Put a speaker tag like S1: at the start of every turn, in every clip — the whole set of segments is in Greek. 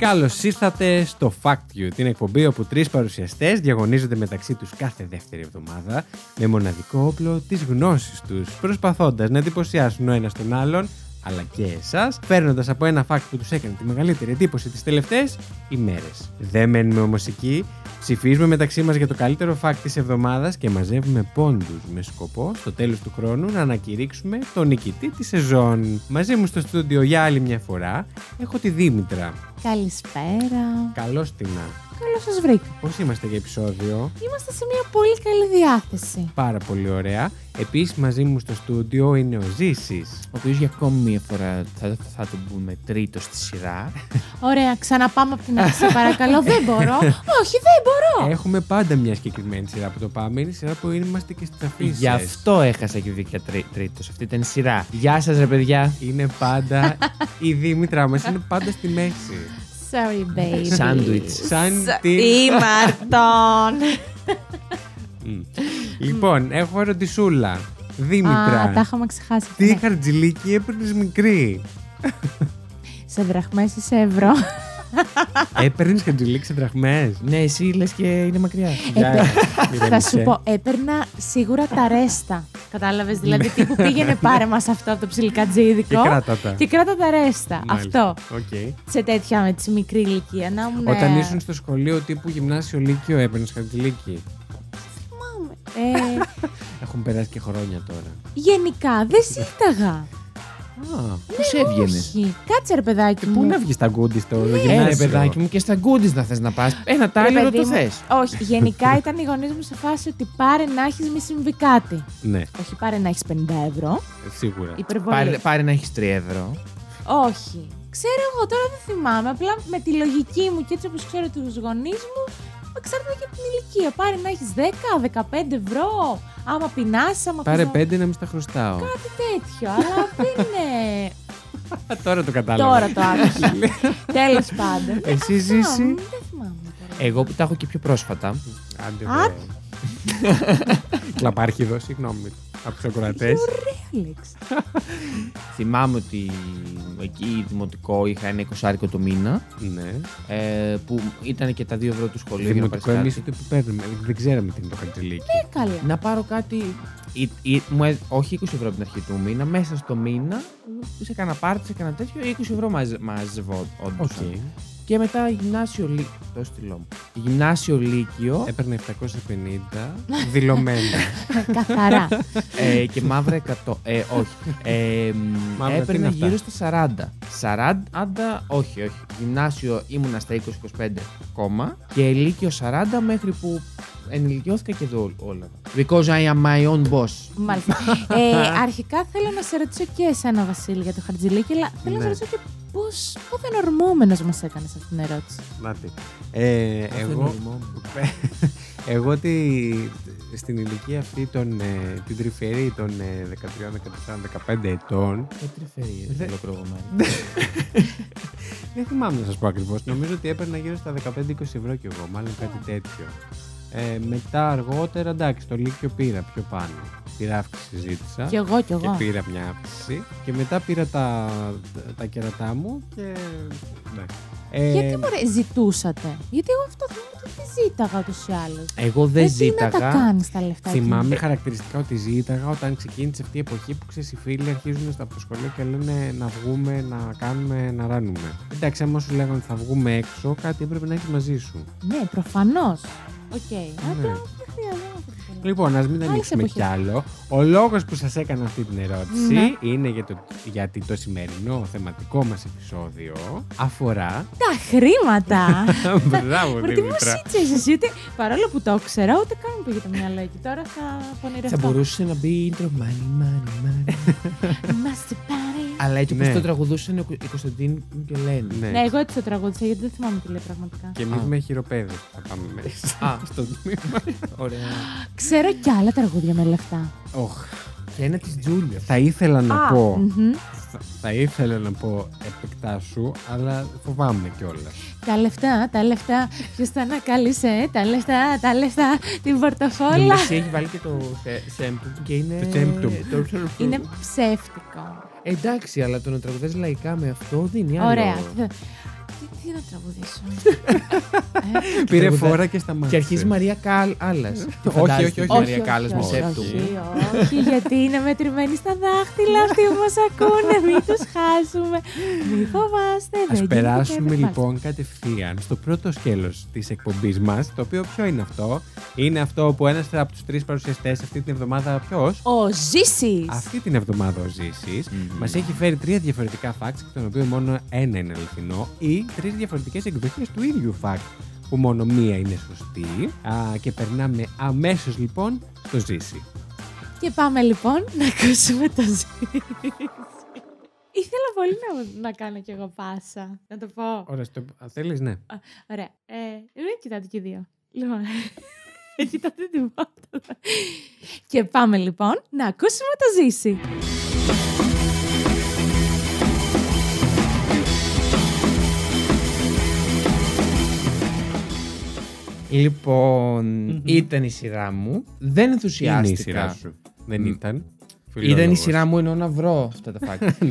S1: Καλώς ήρθατε στο Fact You, την εκπομπή όπου τρεις παρουσιαστές διαγωνίζονται μεταξύ τους κάθε δεύτερη εβδομάδα με μοναδικό όπλο της γνώσης τους, προσπαθώντας να εντυπωσιάσουν ο ένας τον άλλον αλλά και εσάς, παίρνοντας από ένα fact που τους έκανε τη μεγαλύτερη εντύπωση τις τελευταίες ημέρες. Δεν μένουμε όμως εκεί, ψηφίζουμε μεταξύ μας για το καλύτερο fact της εβδομάδας και μαζεύουμε πόντους με σκοπό στο τέλος του χρόνου να ανακηρύξουμε τον νικητή της σεζόν. Μαζί μου στο στούντιο για άλλη μια φορά έχω τη Δήμητρα.
S2: Καλησπέρα.
S1: Καλώς να.
S2: Καλώ σας βρήκα.
S1: Πώς είμαστε για επεισόδιο.
S2: Είμαστε σε μια πολύ καλή διάθεση.
S1: Πάρα πολύ ωραία. Επίσης μαζί μου στο στούντιο είναι ο Ζήσης.
S3: Ο οποίος για ακόμη μία φορά θα, θα τον πούμε τρίτος στη σειρά.
S2: Ωραία, ξαναπάμε από την αρχή, παρακαλώ. δεν μπορώ. Όχι, δεν μπορώ.
S1: Έχουμε πάντα μια συγκεκριμένη σειρά που το πάμε. Είναι η σειρά που είμαστε και στις αφήσεις.
S3: Γι' αυτό έχασα και δίκαια τρίτος. Αυτή ήταν η σειρά. Γεια σας, ρε παιδιά.
S1: Είναι πάντα. η Δήμητρά μας είναι πάντα στη μέση.
S2: Sorry, baby.
S3: Σάντουιτς.
S1: Σαν
S2: Σα-
S1: την.
S2: Ήμαρτον.
S1: Μμ. λοιπόν, έχω ερωτησούλα.
S2: Α, τα
S1: Δήμητρα.
S2: είχαμε ξεχάσει.
S1: Τι
S2: Ναι.
S1: χαρτζηλίκι έπαιρνες μικρή.
S2: Σε δραχμές ή σε ευρώ.
S1: Έπαιρνε χαρτζηλίκι σε δραχμές.
S3: Ναι, εσύ λες και είναι μακριά.
S1: Ναι.
S2: Θα σου πω, έπαιρνα σίγουρα τα ρέστα. Κατάλαβες δηλαδή τι που πήγαινε πάρε μας αυτό από το
S1: Ναι. Και
S2: ψιλικατζίδικο.
S1: κράτα τα.
S2: Και κράτα τα ρέστα.
S1: Μάλιστα.
S2: Αυτό.
S1: Οκ.
S2: σε τέτοια με τη μικρή ηλικία. Να ναι. ήμουν.
S3: Ναι.
S1: Όταν ήσουν στο σχολείο τύπου γυμνάσιο λύκειο έπαιρνες χαρτζηλίκι.
S2: Ε,
S1: Έχουν περάσει και χρόνια τώρα.
S2: γενικά δεν ζήταγα.
S1: Α,
S3: Πώς έβγαινε.
S2: Όχι. Κάτσε ρε παιδάκι μου.
S1: πού να βγεις τα γκούντι στο γυμνάσιο.
S3: Ένα Ναι, παιδάκι μου και στα γκούντι να θες να πας. Ένα τάλιρο
S2: παιδί
S3: το
S2: μου.
S3: θες.
S2: Όχι, γενικά ήταν οι γονείς μου σε φάση ότι πάρε να έχεις μη συμβεί κάτι.
S1: Ναι,
S2: Όχι, πάρε να έχεις 50 ευρώ.
S1: σίγουρα.
S2: Υπερβολή.
S3: Πάρε, πάρε να έχεις τρία ευρώ.
S2: Όχι. Ξέρω εγώ τώρα δεν θυμάμαι. Απλά με τη λογική μου και έτσι όπως ξέρω τους γονείς μου, εξαρτάται και από την ηλικία. Πάρε να έχεις 10, 15 ευρώ. Άμα πεινάσει, άμα
S1: Πάρε
S2: πεις να-
S1: πέντε να μην στα χρωστάω.
S2: Κάτι τέτοιο. Αλλά δεν είναι.
S1: Α, τώρα το κατάλαβα.
S2: Τώρα το άκουσα. Τέλος πάντων.
S1: Εσύ
S2: Αυτά, μ,
S1: Ε, ζήσει.
S2: Δεν θυμάμαι τώρα.
S3: Εγώ που τα έχω και πιο πρόσφατα.
S1: Άντε
S2: Α.
S1: βρε. Κλαπάρχιδος, συγγνώμη. Από τους ακροατές.
S2: Άλεξ.
S3: Θυμάμαι ότι εκεί δημοτικό είχα ένα εικοσάρικο το μήνα.
S1: Ναι.
S3: ε, που ήταν και τα δύο ευρώ του σχολείου. για να πάρεις
S1: Δημοτικό εμεί
S3: κάτι.
S1: ούτε που παίρνουμε. Δεν ξέραμε τι είναι το χαρτζηλίκι.
S2: Ε, Καλά.
S3: να πάρω κάτι. Ή, ή, μου έ- όχι 20 ευρώ από την αρχή του μήνα, μέσα στο μήνα σε κάνα πάρτι, σε κάνα τέτοιο, 20 ευρώ μαζε- μαζευόντουσαν.
S1: Οκ.
S3: Και μετά γυμνάσιο λύκειο. Το στυλό μου. Γυμνάσιο λύκειο
S1: Έπαιρνε 750 δηλωμένα.
S2: Καθαρά.
S3: ε, και μαύρα 100. Ε, όχι. Ε, μ,
S1: Μαύρα, τι είναι
S3: έπαιρνα
S1: αυτά?
S3: γύρω στα 40. 40, όχι, όχι. Γυμνάσιο ήμουνα στα 20-25 ακόμα και λύκειο 40 μέχρι που ενηλικιώθηκα και εδώ ό- όλα. Because I am my own boss.
S2: Μάλιστα. Ε, αρχικά θέλω να σε ρωτήσω και εσένα, Βασίλη, για το χαρτζηλίκι, αλλά θέλω να σε
S1: Ναι.
S2: ρωτήσω και πώς, πότε νορμόμενο μας έκανες αυτή την ερώτηση.
S1: Να τι. Ε,
S3: Αυτό είναι
S1: εγώ,
S3: ορμό μου.
S1: εγώ τη, στην ηλικία αυτή των, ε, την τρυφερή των ε, 13, 14, 15 ετών
S3: Δεν τρυφερεί
S1: Δε-
S3: ολοκληρωμένη.
S1: δεν θυμάμαι να σας πω ακριβώς. Νομίζω ότι έπαιρνα γύρω στα 15-20 ευρώ κι εγώ, μάλλον κάτι τέτοιο. Ε, μετά αργότερα, εντάξει, το Λύκειο πήρα πιο πάνω. Πήρα αύξηση ζήτησα
S2: Κι εγώ, κι
S1: και
S2: εγώ.
S1: πήρα μια αύξηση. Και μετά πήρα τα, τα κερατά μου και... Ναι. Ε,
S2: Γιατί μωρέ, ζητούσατε. Γιατί εγώ αυτό θυμάμαι ότι δεν ζήταγα ούτως ή άλλως.
S3: Εγώ δεν
S2: Τι να τα
S3: ζήταγα.
S2: κάνεις τα λεφτά. εκεί.
S1: Θυμάμαι χαρακτηριστικά ότι ζήταγα όταν ξεκίνησε αυτή η εποχή που ξέρεις οι φίλοι αρχίζουν στα από το σχολείο και λένε να βγούμε, να κάνουμε, να ράνουμε. Εντάξει, άμα σου λέγανε θα βγούμε έξω, κάτι έπρεπε να έχεις μαζί σου.
S2: Ναι, προφανώς. Οκ. Απλά
S1: Ναι.
S2: δεν χρειαζόμαστε.
S1: Λοιπόν, ας μην ανοίξουμε
S2: εποχές.
S1: κι άλλο. Ο λόγος που σας έκανα αυτή την ερώτηση
S2: Ναι.
S1: είναι για το, γιατί το σημερινό θεματικό μας επεισόδιο αφορά.
S2: Τα χρήματα.
S1: Μπράβο,
S2: Ρε, τι μου
S1: Δήμητρα.
S2: σύτσες εσύ, ούτε, παρόλο που το ξέρω, ούτε καν μου πήγε το μυαλό εκεί. Τώρα θα
S3: Θα
S2: πονηρευτώ.
S3: μπορούσε να μπει intro money, money, money.
S2: Είμαστε πάρει.
S3: Αλλά έτσι όπω
S1: Ναι.
S3: το τραγουδούσαν ο Κο- η Κωνσταντίνη και λένε.
S1: Ναι.
S2: Ναι, εγώ έτσι το τραγούδισα γιατί δεν θυμάμαι τι λέει πραγματικά.
S1: Και εμείς
S3: Α.
S1: με χειροπέδες θα πάμε μέσα.
S3: Α.
S1: στο τμήμα.
S3: Ωραία.
S2: Ξέρω κι άλλα τραγούδια με λεφτά.
S1: Οχ.
S3: Και ένα της Τζούλιας.
S1: Θα ήθελα να
S2: Α, ναι.
S1: πω.
S2: μμμ.
S1: θα- Θα ήθελα να πω επεκτάσου, αλλά φοβάμαι κιόλας.
S2: Τα λεφτά, τα λεφτά. Ποιος θα ανακάλυψε τα λεφτά, τα λεφτά, την πορτοφόλα.
S3: Εσύ έχει βάλει και το θε- Σέμπτουμ και είναι.
S1: Το Σέμπτουμ.
S3: το-
S2: Είναι ψεύτικο.
S3: Εντάξει, αλλά το να τραγουδάς λαϊκά με αυτό δίνει άλλο.
S2: Ωραία. Τι, τι- τι να τραγουδήσω. ε,
S1: Πήρε
S3: τραγουδά-
S1: φόρα και σταμάτησε.
S3: Και αρχίζει Μαρία Καλ... Άλλα.
S1: όχι, όχι,
S3: Μαρία
S2: όχι,
S3: Κάλλας με
S2: όχι,
S3: Σέμπτουμ.
S2: όχι, όχι, γιατί είναι μετρημένοι στα δάχτυλα αυτοί που μας ακούνε. Μην τους χάσουμε. Μην φοβάστε. δεν
S1: Ας
S2: γίνεται
S1: περάσουμε
S2: κάτι.
S1: λοιπόν κατευθείαν στο πρώτο σκέλος της εκπομπής μας. Το οποίο ποιο είναι αυτό. Είναι αυτό που ένας από τους τρεις παρουσιαστές αυτή την εβδομάδα, ποιος.
S2: Ο Ζήσης.
S1: Αυτή την εβδομάδα ο Mm-hmm. Ζήσης
S3: Μμμ.
S1: μας έχει φέρει τρία διαφορετικά facts, εκ των οποίων μόνο ένα είναι αληθινό, ή τρεις διαφορετικές εκδοχές του ίδιου fact, που μόνο μία είναι σωστή. Α, και περνάμε αμέσως λοιπόν στο Ζήση.
S2: Και πάμε λοιπόν να ακούσουμε το Ζήση. Ήθελα πολύ να, να κάνω κι εγώ πάσα. Να το πω.
S1: Ωραία, στο... θέλεις, ναι.
S2: Ωραία. Ε, μην κοιτάτε και οι δύο. Λοιπόν, κοιτάτε τίποτα. Και πάμε λοιπόν να ακούσουμε το Ζήση.
S3: λοιπον
S1: Μμμ.
S3: Λοιπόν, ήταν η σειρά μου. Δεν
S1: Είναι
S3: ενθουσιάστηκα.
S1: η σειρά σου. Δεν
S3: Μ.
S1: ήταν.
S3: Ήταν η
S1: Φιλόλογος.
S3: σειρά μου ενώ να βρω αυτά τα φάκελα.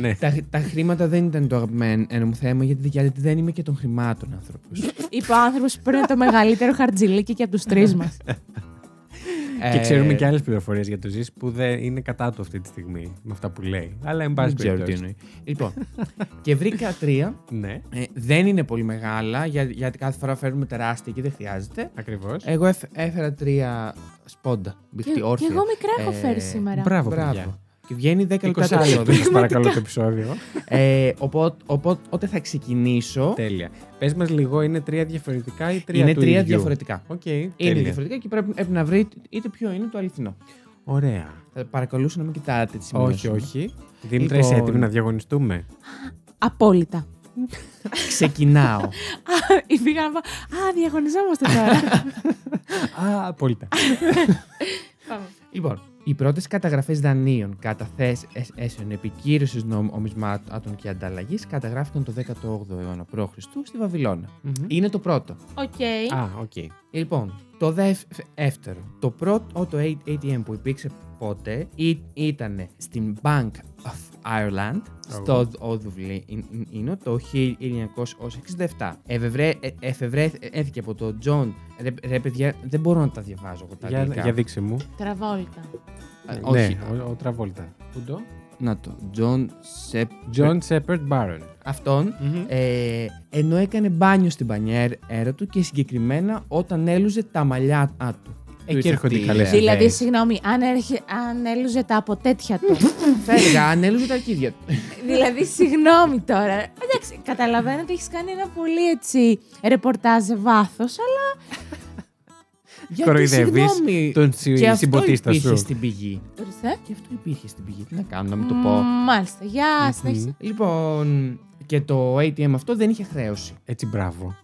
S1: ναι.
S3: τα, τα χρήματα δεν ήταν το αγαπημένο μου θέμα γιατί, γιατί δεν είμαι και των χρημάτων άνθρωπος.
S2: Είπε ο άνθρωπος που παίρνει το μεγαλύτερο χαρτζιλίκι και από τους τρεις μας.
S1: Και
S3: Ε.
S1: ξέρουμε και άλλες πληροφορίες για το Ζήση που δεν είναι κατά του αυτή τη στιγμή με αυτά που λέει. Αλλά εν πάση
S3: Δεν ξέρω τι
S1: περιπτώσει.
S3: εννοεί. Λοιπόν, και βρήκα τρία.
S1: Ναι,
S3: Ε, δεν είναι πολύ μεγάλα για- γιατί κάθε φορά φέρνουμε τεράστια και δεν χρειάζεται.
S1: ακριβώς.
S3: Εγώ έφ- έφερα τρία σπόντα.
S2: και,
S3: μπιχτή,
S2: και
S3: όρθια.
S2: εγώ μικρά έχω
S3: Ε,
S2: φέρει σήμερα.
S1: Μπράβο,
S3: Μπράβο.
S1: μπράβο.
S3: Και βγαίνει 10 λεπτά
S1: 20
S3: το
S1: λεπτά,
S3: επεισόδιο.
S1: παρακαλώ, το επεισόδιο.
S3: ε, οπότε, οπότε θα ξεκινήσω.
S1: Τέλεια. Πες μας λίγο, είναι τρία διαφορετικά ή τρία
S3: είναι
S1: του
S3: τρία
S1: ίδιου?
S3: διαφορετικά.
S1: Οκ,
S3: Είναι
S1: τέλεια.
S3: διαφορετικά και πρέπει, πρέπει να βρείτε είτε ποιο είναι το αληθινό.
S1: Ωραία.
S3: Θα παρακαλούσα να μην κοιτάτε τις σημειώσεις.
S1: Όχι,
S3: μου.
S1: όχι. Δήμητρα,
S3: Λοιπόν.
S1: είσαι έτοιμη να διαγωνιστούμε.
S2: Απόλυτα.
S3: Ξεκινάω.
S2: Ή πήγα να πω. Α, διαγωνιζόμαστε τώρα.
S1: Α, απόλυτα.
S2: Πάμε.
S3: λοιπόν, οι πρώτες καταγραφές δανείων, καταθέσεων, επικύρωση νομισμάτων και ανταλλαγής καταγράφηκαν το 18ο αιώνα π.Χ. στη Βαβυλώνα.
S1: Μμμ.
S3: Είναι το πρώτο.
S2: Οκ.
S1: Α, οκ.
S3: Λοιπόν, το δεύτερο. Το πρώτο το ATM που υπήρξε ποτέ ήταν στην Bank of Ireland στο oh. Δουβλίνο το 1967. Εφευρέ- ε- Εφευρέθηκε από τον Τζον. Ρε, ρε παιδιά, δεν μπορώ να τα διαβάζω εγώ τα
S1: Για,
S3: αγγλικά.
S1: για δείξε μου.
S2: Τραβόλτα.
S3: Ε,
S1: ναι,
S3: όχι.
S1: ο, ο Τραβόλτα. Πού το?
S3: Να το. Τζον Σεπ.
S1: John Shepard Barron.
S3: Αυτόν. Ε, ενώ έκανε μπάνιο στην πανιέρα του και συγκεκριμένα όταν έλουζε τα μαλλιά α, του.
S1: Του έρχονται οι
S3: αυτή,
S1: καλές
S3: ε.
S2: Δηλαδή,
S1: Ναι.
S2: συγγνώμη, αν, έρχε- αν έλουζε τα από τέτοια του.
S3: Θα έλεγα, ανέλουζε τα αρχίδια του.
S2: δηλαδή, συγγνώμη τώρα. Εντάξει, καταλαβαίνω ότι έχεις κάνει ένα πολύ έτσι ρεπορτάζ βάθος, αλλά.
S3: Γιατί,
S1: Κοροϊδεύεις
S3: συγγνώμη,
S1: τον
S3: και
S1: συ-
S3: αυτό
S1: συμποτίστα
S3: υπήρχε
S1: σου.
S3: στην πηγή.
S2: Ορίστε.
S3: Και αυτό υπήρχε στην πηγή. Τι να κάνω, να μην το πω.
S2: Μ, Μάλιστα. Για
S1: Μμμ.
S2: συνέχισε.
S3: Λοιπόν, και το ATM αυτό δεν είχε χρέωση.
S1: Έτσι, μπράβο.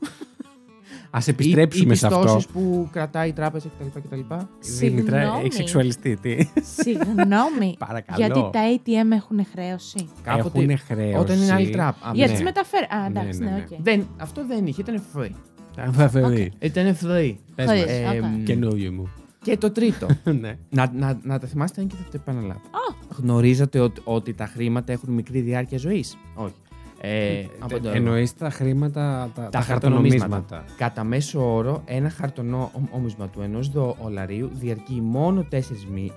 S1: Α
S3: Οι-
S1: επιστρέψουμε
S3: οι
S1: σε αυτό.
S3: πιστώσεις που κρατάει η τράπεζα κτλ. κτλ.
S1: Δήμητρα,
S2: Συγγνώμη.
S1: έχει σεξουαλιστεί. Τι.
S2: Συγγνώμη.
S1: Παρακαλώ.
S2: Γιατί τα ATM έχουν χρέωση.
S3: Κάποτε-
S1: Έχουνε χρέωση.
S3: Όταν είναι άλλη τράπεζα.
S2: Για
S1: ναι.
S2: τι μεταφέρει. Α, εντάξει,
S1: Ναι, ναι,
S2: ναι,
S1: ναι.
S2: οκ.
S3: Δεν, αυτό δεν είχε, ήταν free.
S1: Θα φεύγει.
S3: Ήταν free.
S1: Πες
S2: Χωρίς,
S1: μας.
S2: οκ.
S3: μ,
S1: Καινούριο μου.
S3: και το τρίτο.
S1: Ναι.
S3: να, να, να τα θυμάστε αν και θα το επαναλάβω. Γνωρίζατε ότι, ότι τα χρήματα έχουν μικρή διάρκεια ζωής. Όχι. Ε, από το-
S1: Εννοείς τα χρήματα, τα,
S3: τα χαρτονομίσματα. Κατά μέσο όρο, ένα χαρτονό ομ- όμισμα του ενός δολαρίου διαρκεί μόνο 4 μήνε.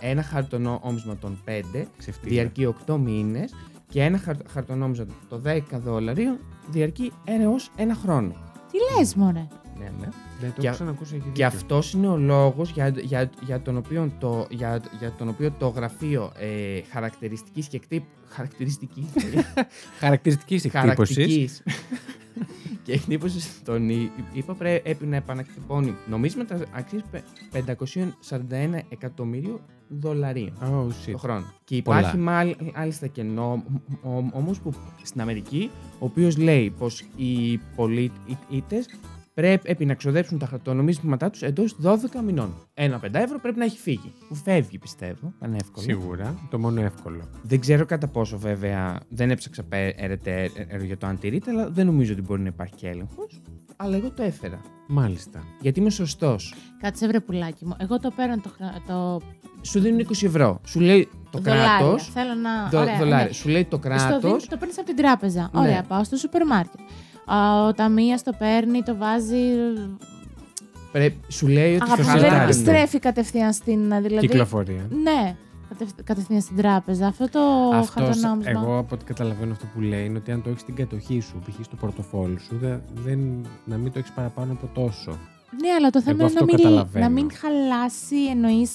S3: Ένα χαρτονό όμισμα των 5
S1: Ξεφτύλα.
S3: διαρκεί 8 μήνες. Και ένα χαρ- χαρτονό όμισμα των 10 δολαρίων διαρκεί έως ένα χρόνο.
S2: Τι λες, Μωρέ.
S3: Ναι, ναι.
S1: Δεν το
S3: Και-
S1: έχω ξανακούσει. έχει
S3: Και
S1: δίκιο.
S3: αυτός είναι ο λόγος για, για, για, τον οποίο το, για, για τον οποίο το γραφείο ε, χαρακτηριστικής ε, και κτύπ. Χαρακτηριστική.
S1: Χαρακτηριστικής εκτύπωσης.
S3: χαρακτηρικής και εκτύπωσε τον Ι- είπα πρέπει να επανακτυπώνει νομίσματα αξίες πε- 541 εκατομμύριο δολαρίων
S1: Oh,
S3: το
S1: shit.
S3: χρόνο. Και
S1: Πολλά.
S3: υπάρχει μάλ- μάλιστα κενό όμως που στην Αμερική, ο οποίος λέει πως οι πολίτε πρέπει να ξοδέψουν τα χαρτονομίσματά τους εντός 12 μηνών. Ένα πεντά ευρώ πρέπει να έχει φύγει. Που φεύγει, πιστεύω. Πανεύκολο.
S1: Σίγουρα. Το μόνο εύκολο.
S3: Δεν ξέρω κατά πόσο βέβαια. Δεν έψαξα περαιτέρω ε, για το αν τηρείται, αλλά δεν νομίζω ότι μπορεί να υπάρχει και έλεγχος. Αλλά εγώ το έφερα.
S1: Μάλιστα.
S3: Γιατί είμαι σωστός.
S2: Κάτσε βρε πουλάκι μου. Εγώ το παίρνω το, χρα- το
S3: Σου δίνουν 20 ευρώ. Σου λέει το
S2: δολάρια.
S3: κράτος.
S2: Θέλω να. ωραία,
S3: Δολάρια.
S2: ναι.
S3: Σου λέει το
S2: Στο
S3: κράτο.
S2: δίνει- το παίρνεις από την τράπεζα.
S3: Ναι.
S2: Ωραία, πάω στο σούπερ μάρκετ. Α, Ο ταμεία το παίρνει, το βάζει.
S3: Πρέπει, σου λέει ότι
S2: Αγαπητέ,
S3: στο
S1: χαλάρι.
S2: δεν
S3: χαρτάρι.
S2: επιστρέφει κατευθείαν στην. Δηλαδή,
S1: Κυκλοφορία.
S2: Ναι, κατευ- κατευθείαν στην τράπεζα. Αυτό το
S1: Αυτός,
S2: χαρτονόμισμα.
S1: εγώ από ό,τι καταλαβαίνω αυτό που λέει είναι ότι αν το έχεις στην κατοχή σου, π.χ. στο πορτοφόλι σου, δε- δεν, να μην το έχεις παραπάνω από τόσο.
S2: Ναι, αλλά το θέμα
S1: Εγώ
S2: είναι να
S1: αυτό
S2: μην,
S1: καταλαβαίνω.
S2: να μην χαλάσει ε, εννοεί.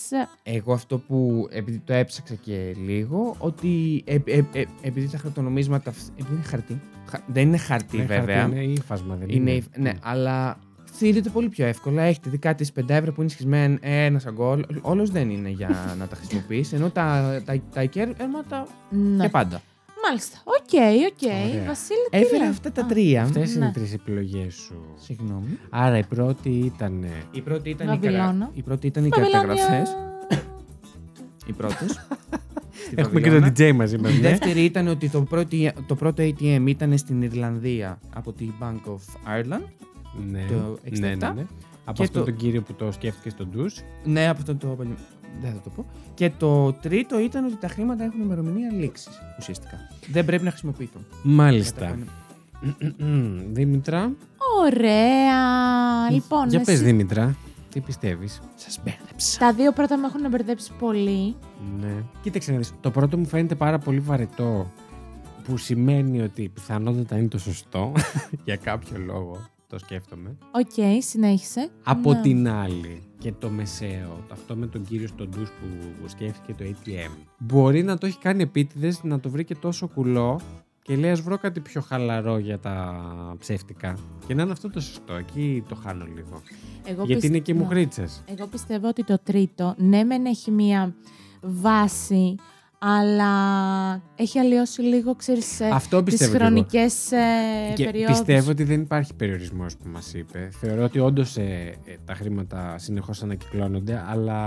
S3: Εγώ αυτό που επειδή το έψαξα και λίγο, ότι ε, ε, ε, επειδή τα χαρτονομίσματα. αυ- Επειδή είναι χαρτί. χα- δεν είναι χαρτί
S1: Ναι, χαρτί
S3: βέβαια.
S1: Είναι ύφασμα, δεν
S3: είναι,
S1: είναι.
S3: υφ- ναι, αλλά θύρεται πολύ πιο εύκολα. Έχετε δει κάτι στις 5 ευρώ που είναι σχισμένα ένα σαγκόλ. Όλος δεν είναι για να τα χρησιμοποιήσει. Ενώ τα, τα, τα κέρματα
S2: Ναι.
S3: και πάντα.
S2: Μάλιστα. Οκ, οκ.
S1: Ωραία.
S2: Βασίλη, τι
S3: Έφερα
S2: λέει?
S3: αυτά τα
S2: Ναι. Α,
S3: τρία.
S1: Αυτές είναι
S2: Ναι.
S1: οι τρεις επιλογές σου.
S3: Συγγνώμη.
S1: Άρα η πρώτη ήταν.
S3: Η πρώτη ήταν, η,
S2: Βαβυλώνα.
S3: κατα... η πρώτη ήταν οι
S2: Βαβυλώνια.
S3: καταγραφέ. Οι πρώτε.
S1: Έχουμε και τον DJ μαζί μα.
S3: Η
S1: Ναι.
S3: δεύτερη ήταν ότι το πρώτο, το πρώτο ATM ήταν στην Ιρλανδία από τη Bank of Ireland.
S1: ναι.
S3: το 67.
S1: ναι, ναι, ναι. Από
S3: Και
S1: αυτόν
S3: το-
S1: τον κύριο που το σκέφτηκε στον ντους.
S3: Ναι, από αυτό το. Δεν θα το πω. Και το τρίτο ήταν ότι τα χρήματα έχουν ημερομηνία λήξης ουσιαστικά. Δεν πρέπει να χρησιμοποιηθούν.
S1: Μάλιστα. Μμμ, Δήμητρα.
S2: Ωραία. Λοιπόν,
S1: για πες
S2: εσύ-
S1: Δήμητρα, τι πιστεύεις.
S3: Σας μπέρδεψα.
S2: τα δύο πρώτα με έχουν μπερδέψει πολύ.
S1: Ναι. Κοίταξε να δεις, το πρώτο μου φαίνεται πάρα πολύ βαρετό που σημαίνει ότι πιθανότατα είναι το σωστό για κάποιο λόγο, το σκέφτομαι.
S2: Οκ, συνέχισε.
S1: Από
S2: Ναι.
S1: την άλλη και το μεσαίο, το αυτό με τον κύριο στον ντους που σκέφτηκε το ATM, μπορεί να το έχει κάνει επίτηδες, να το βρει και τόσο κουλό και λέει ας βρω κάτι πιο χαλαρό για τα ψεύτικα. Και να είναι αυτό το σωστό, εκεί το χάνω λίγο.
S2: Εγώ
S1: Γιατί
S2: πιστε-
S1: είναι και
S2: ναι.
S1: μου χρήτσες.
S2: Εγώ πιστεύω ότι το τρίτο, ναι, μεν έχει μία βάση, αλλά έχει αλλοιώσει λίγο, ξέρεις, ε, τις
S1: Αυτό πιστεύω. και εγώ.
S2: χρονικές ε,
S1: Και
S2: περιόδους.
S1: πιστεύω ότι δεν υπάρχει περιορισμός που μας είπε. Θεωρώ ότι όντως τα χρήματα συνεχώς ανακυκλώνονται, αλλά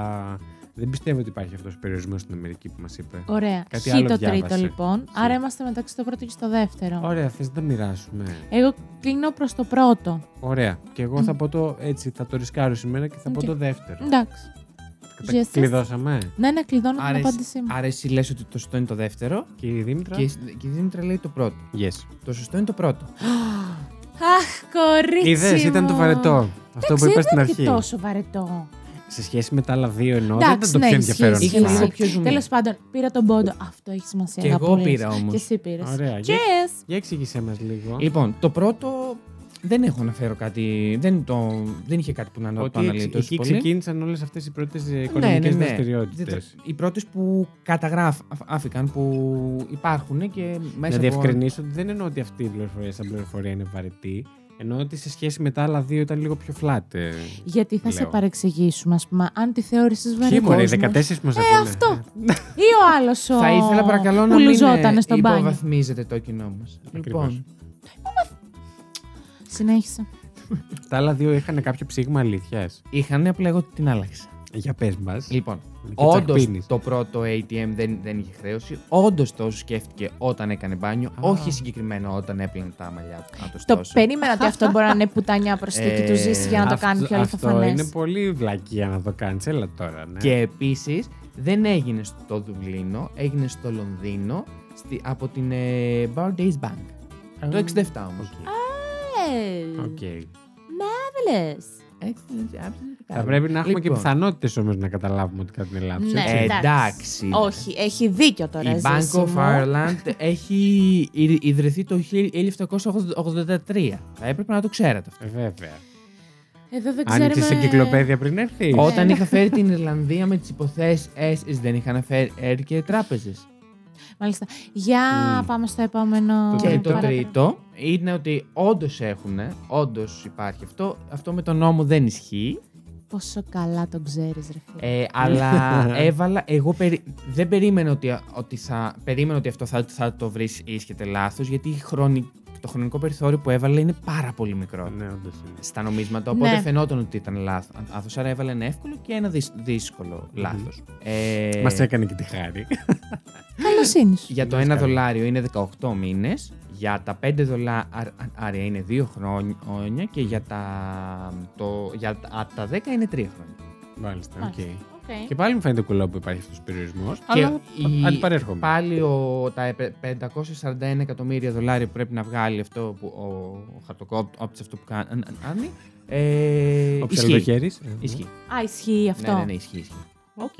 S1: δεν πιστεύω ότι υπάρχει αυτός ο περιορισμός στην Αμερική που μας είπε.
S2: Ωραία.
S1: Κάτι
S2: Χ
S1: άλλο
S2: το
S1: διάβασε.
S2: τρίτο λοιπόν.
S1: Χ.
S2: Άρα είμαστε μεταξύ στο πρώτο και στο δεύτερο.
S1: Ωραία, θες να τα μοιράσουμε.
S2: Εγώ κλείνω προς το πρώτο.
S1: Ωραία. Και εγώ θα πω το έτσι, θα το ρισκάρω σήμερα και θα πω
S2: Οκ.
S1: το δεύτερο.
S2: Εντάξει.
S1: Τα
S2: Yes, yes.
S1: κλειδώσαμε.
S2: Ναι, να κλειδώνω την
S3: Άρα, εσύ-
S2: απάντησή μου.
S3: άρα εσύ λες ότι το σωστό είναι το δεύτερο
S1: Κύριε Δήμητρα.
S3: και, η- και η Δήμητρα λέει το πρώτο.
S1: Yes.
S3: Το σωστό είναι το πρώτο.
S2: Αχ, κορίτσι
S1: Είδες, ήταν το
S2: μου.
S1: βαρετό. Αυτό που
S2: Εντάξει,
S1: είπα στην
S2: δεν είναι
S1: αρχή.
S2: και τόσο βαρετό.
S1: Σε σχέση με τα άλλα δύο εννοώ, δεν ήταν το
S3: ναι,
S2: ναι,
S1: πιο ενδιαφέρον.
S3: Είχε
S1: fact.
S3: λίγο πιο ζουμί.
S2: Τέλος πάντων, πήρα τον πόντο. Αυτό έχει σημασία.
S3: Και εγώ
S2: αγαπούλες.
S3: πήρα όμως.
S2: Και εσύ πήρες.
S1: Ωραία. Για,
S2: Cheers!
S1: για εξήγησέ μας λίγο.
S3: Λοιπόν, το πρώτο δεν έχω να φέρω κάτι. Δεν, το, δεν είχε κάτι που να το
S1: Ότι
S3: αναλύει
S1: εξ-
S3: τόσο
S1: εκεί
S3: πολύ.
S1: ξεκίνησαν όλες αυτές οι ε, πρώτε
S2: Ναι,
S1: οικονομικέ δραστηριότητες.
S3: Δεν- Ναι, Οι πρώτες που καταγράφηκαν, που υπάρχουν και μέσα
S1: Να
S3: από-
S1: διευκρινίσω ότι δεν εννοώ ότι αυτή η πληροφορία σαν πληροφορία είναι βαρετή. Εννοώ ότι σε σχέση με τα άλλα δύο ήταν λίγο πιο flat. ε.
S2: Γιατί θα σε
S1: Λέω.
S2: παρεξηγήσουμε, ας πούμε, αν τη θεώρησες
S1: Ποιοι
S2: βαρύ.
S1: μωρέ, οι
S2: κόσμος.
S1: 14 μας
S2: Ε, αυτό. Ή ο άλλος ο.
S3: Θα ήθελα παρακαλώ να
S2: που
S3: μην
S2: λουζότανε
S3: ε,
S2: στο μπάνιο.
S3: υποβαθμίζετε το κοινό μας.
S1: Ακριβώς.
S3: Λοιπόν,
S2: Συνέχισε.
S1: Τα άλλα δύο είχαν κάποιο ψήγμα αλήθειας.
S3: είχαν απλά εγώ την άλλαξα.
S1: Για πες μας.
S3: Λοιπόν,
S1: Και
S3: όντως
S1: τσακπίνεις.
S3: το πρώτο ATM δεν, δεν είχε χρέωση. Όντως το σκέφτηκε όταν έκανε μπάνιο. Όχι συγκεκριμένα όταν έπλαινε τα μαλλιά του. Να το
S2: Το
S3: στώσει.
S2: περίμενα ότι αυτό μπορεί να είναι πουτανιά προσθήκη
S3: Ε,
S2: του ζήσει για να το
S1: Αυτό-
S2: κάνει πιο
S1: Αυτό
S2: αληθοφανές.
S1: είναι πολύ βλακία να το κάνεις. Έλα τώρα. Ναι.
S3: Και επίσης δεν έγινε στο Δουβλίνο, έγινε στο Λονδίνο στη, από την ε, Bardays Bank. Το 67 όμω.
S2: Ε,
S1: Οκ. Θα
S3: Κάμε.
S1: πρέπει να έχουμε και
S3: Λοιπόν.
S1: πιθανότητες όμως να καταλάβουμε ότι κάτι είναι λάθος.
S2: Ναι.
S3: Ε, εντάξει.
S2: Όχι, έχει δίκιο τώρα.
S3: Η Bank
S2: ζήση
S3: of
S2: μου.
S3: Ireland έχει ιδρυ- ιδρυθεί το 1783. Θα έπρεπε να το ξέρατε αυτό.
S1: Ε, Βέβαια.
S2: Εδώ δεν Ε, ξέρουμε.
S1: Άνοιξε εγκυκλοπαίδια πριν έρθεις.
S3: Όταν είχα φέρει την Ιρλανδία με τις υποθέσεις, δεν είχα αναφέρει και τράπεζες.
S2: Μάλιστα. Για
S1: Μμμ.
S2: πάμε στο επόμενο.
S3: Και το
S2: παράδειγμα.
S3: τρίτο είναι ότι όντως έχουν, όντως υπάρχει αυτό. Αυτό με τον νόμο δεν ισχύει.
S2: Πόσο καλά τον ξέρεις, ρε φίλε.
S3: Ε, αλλά έβαλα. Εγώ περι- δεν περίμενα ότι, ότι, θα, περίμενα ότι αυτό θα, θα το βρεις ίσχυεται λάθος, γιατί η χρονι- το χρονικό περιθώριο που έβαλε είναι πάρα πολύ μικρό
S1: Ναι, όντως είναι.
S3: στα νομίσματα. Οπότε
S2: Ναι.
S3: φαινόταν ότι ήταν λάθος. Άρα έβαλε ένα εύκολο και ένα δυσ- δύσκολο λάθο. Ε,
S1: Μα έκανε και τη χάρη.
S2: Καλοσύνης σου.
S3: για το
S1: Μας
S3: 1
S1: κάνει.
S3: δολάριο είναι 18 μήνες, για τα 5 δολάρια είναι 2 χρόνια και για τα, το, για τα- τα 10 είναι 3 χρόνια.
S1: Μάλιστα, οκ.
S2: Μάλιστα. Οκ.
S1: Και πάλι μου φαίνεται κουλό που υπάρχει αυτός ο περιορισμός. Αλλά
S3: η-
S1: αντιπαρέρχομαι.
S3: Πάλι ο, τα επε- 541 εκατομμύρια δολάρια που πρέπει να βγάλει αυτό που, ο, ο χαρτοκόπτη αυτό που κάνει. Ε,
S1: Ο
S3: ισχύει.
S1: ψευδοχέρη.
S3: Ισχύει.
S2: Α, ισχύει
S3: Ναι,
S2: αυτό.
S3: ναι, ναι, ισχύει. ισχύει.
S2: Οκ.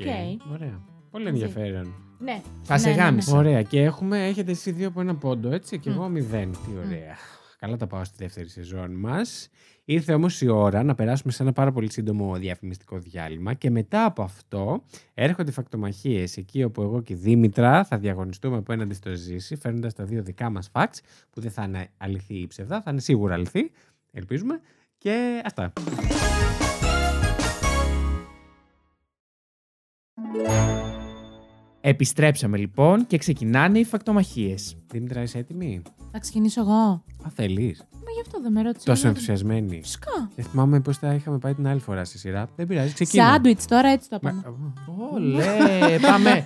S1: Ωραία. Πολύ
S2: Μαζί.
S1: ενδιαφέρον.
S2: Ναι.
S3: Θα σε
S2: Ναι, ναι, ναι.
S3: γάμισα.
S1: Ωραία. Και έχουμε, έχετε εσείς δύο από ένα πόντο, έτσι. Και
S2: Μμ.
S1: εγώ μηδέν. Τι ωραία. Καλά τα πάω στη δεύτερη σεζόν μας. Ήρθε όμως η ώρα να περάσουμε σε ένα πάρα πολύ σύντομο διαφημιστικό διάλειμμα και μετά από αυτό έρχονται οι φακτομαχίες. Εκεί όπου εγώ και η Δήμητρα θα διαγωνιστούμε απέναντι στο Ζήση, φέρνοντας τα δύο δικά μας facts, που δεν θα είναι αληθή ή ψευδά, θα είναι σίγουρα αληθή, ελπίζουμε. Και αυτά.
S3: Επιστρέψαμε λοιπόν και ξεκινάνε οι φακτομαχίες.
S1: Δήμητρα, είσαι έτοιμη.
S2: Να ξεκινήσω εγώ.
S1: Α, θέλεις.
S2: Μα γι' αυτό δεν με ρώτησε.
S1: Τόσο ενθουσιασμένη.
S2: Φυσικά.
S1: Δεν θυμάμαι πώ τα είχαμε πάει την άλλη φορά στη σειρά. Δεν πειράζει, ξεκινά.
S2: Σάντουιτ τώρα έτσι το πάμε.
S3: Όλε, Ε, πάμε.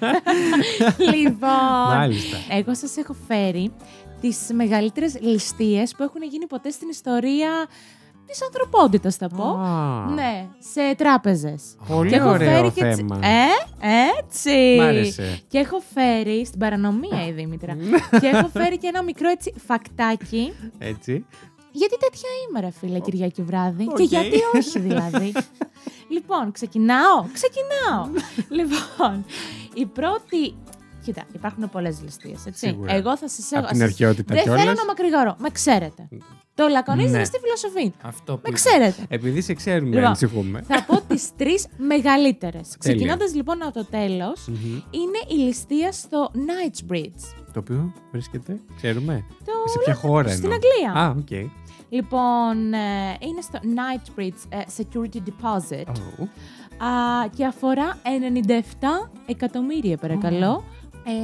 S2: λοιπόν.
S1: Μάλιστα.
S2: Εγώ σας έχω φέρει τις μεγαλύτερες ληστείες που έχουν γίνει ποτέ στην ιστορία της ανθρωπότητας, θα πω.
S1: Α,
S2: Ναι, σε τράπεζες.
S1: Πολύ
S2: Και έχω
S1: ωραίο
S2: φέρει και τσι-
S1: θέμα.
S2: Ε, έτσι.
S1: Μ' άρεσε.
S2: Και έχω φέρει στην παρανομία η Δήμητρα.
S1: Ναι.
S2: και έχω φέρει και ένα μικρό έτσι φακτάκι.
S1: Έτσι.
S2: Γιατί τέτοια είμαι, ρε φίλε, Κυριακή βράδυ.
S1: Οκ.
S2: Και γιατί όχι, δηλαδή. λοιπόν, ξεκινάω. Ξεκινάω. λοιπόν, η πρώτη. Κοίτα, υπάρχουν πολλές ληστείες, έτσι.
S1: Σίγουρα.
S2: Εγώ θα σα έχω.
S1: Από την
S2: σας-
S1: αρχαιότητα
S2: Δεν θέλω
S1: κιόλας.
S2: να μακρηγορώ. Με ξέρετε. Το λακωνίζετε
S3: Ναι.
S2: στη φιλοσοφία.
S3: Αυτό που.
S2: Με
S1: Ναι.
S3: είπα.
S2: ξέρετε.
S1: Επειδή σε ξέρουμε,
S2: Λοιπόν.
S1: ανησυχούμε.
S2: θα πω τις τρεις μεγαλύτερες. Ξεκινώντας λοιπόν από το τέλος,
S1: Μμμ.
S2: είναι η ληστεία στο Knightsbridge.
S1: Το οποίο βρίσκεται, ξέρουμε.
S2: Το
S1: Σε ποια χώρα
S2: Στην
S1: εννοώ.
S2: Αγγλία.
S1: Α, οκ.
S2: Λοιπόν, ε, είναι στο Knightsbridge ε, Security Deposit.
S1: Ω,
S2: Α, και αφορά 97 εκατομμύρια, παρακαλώ.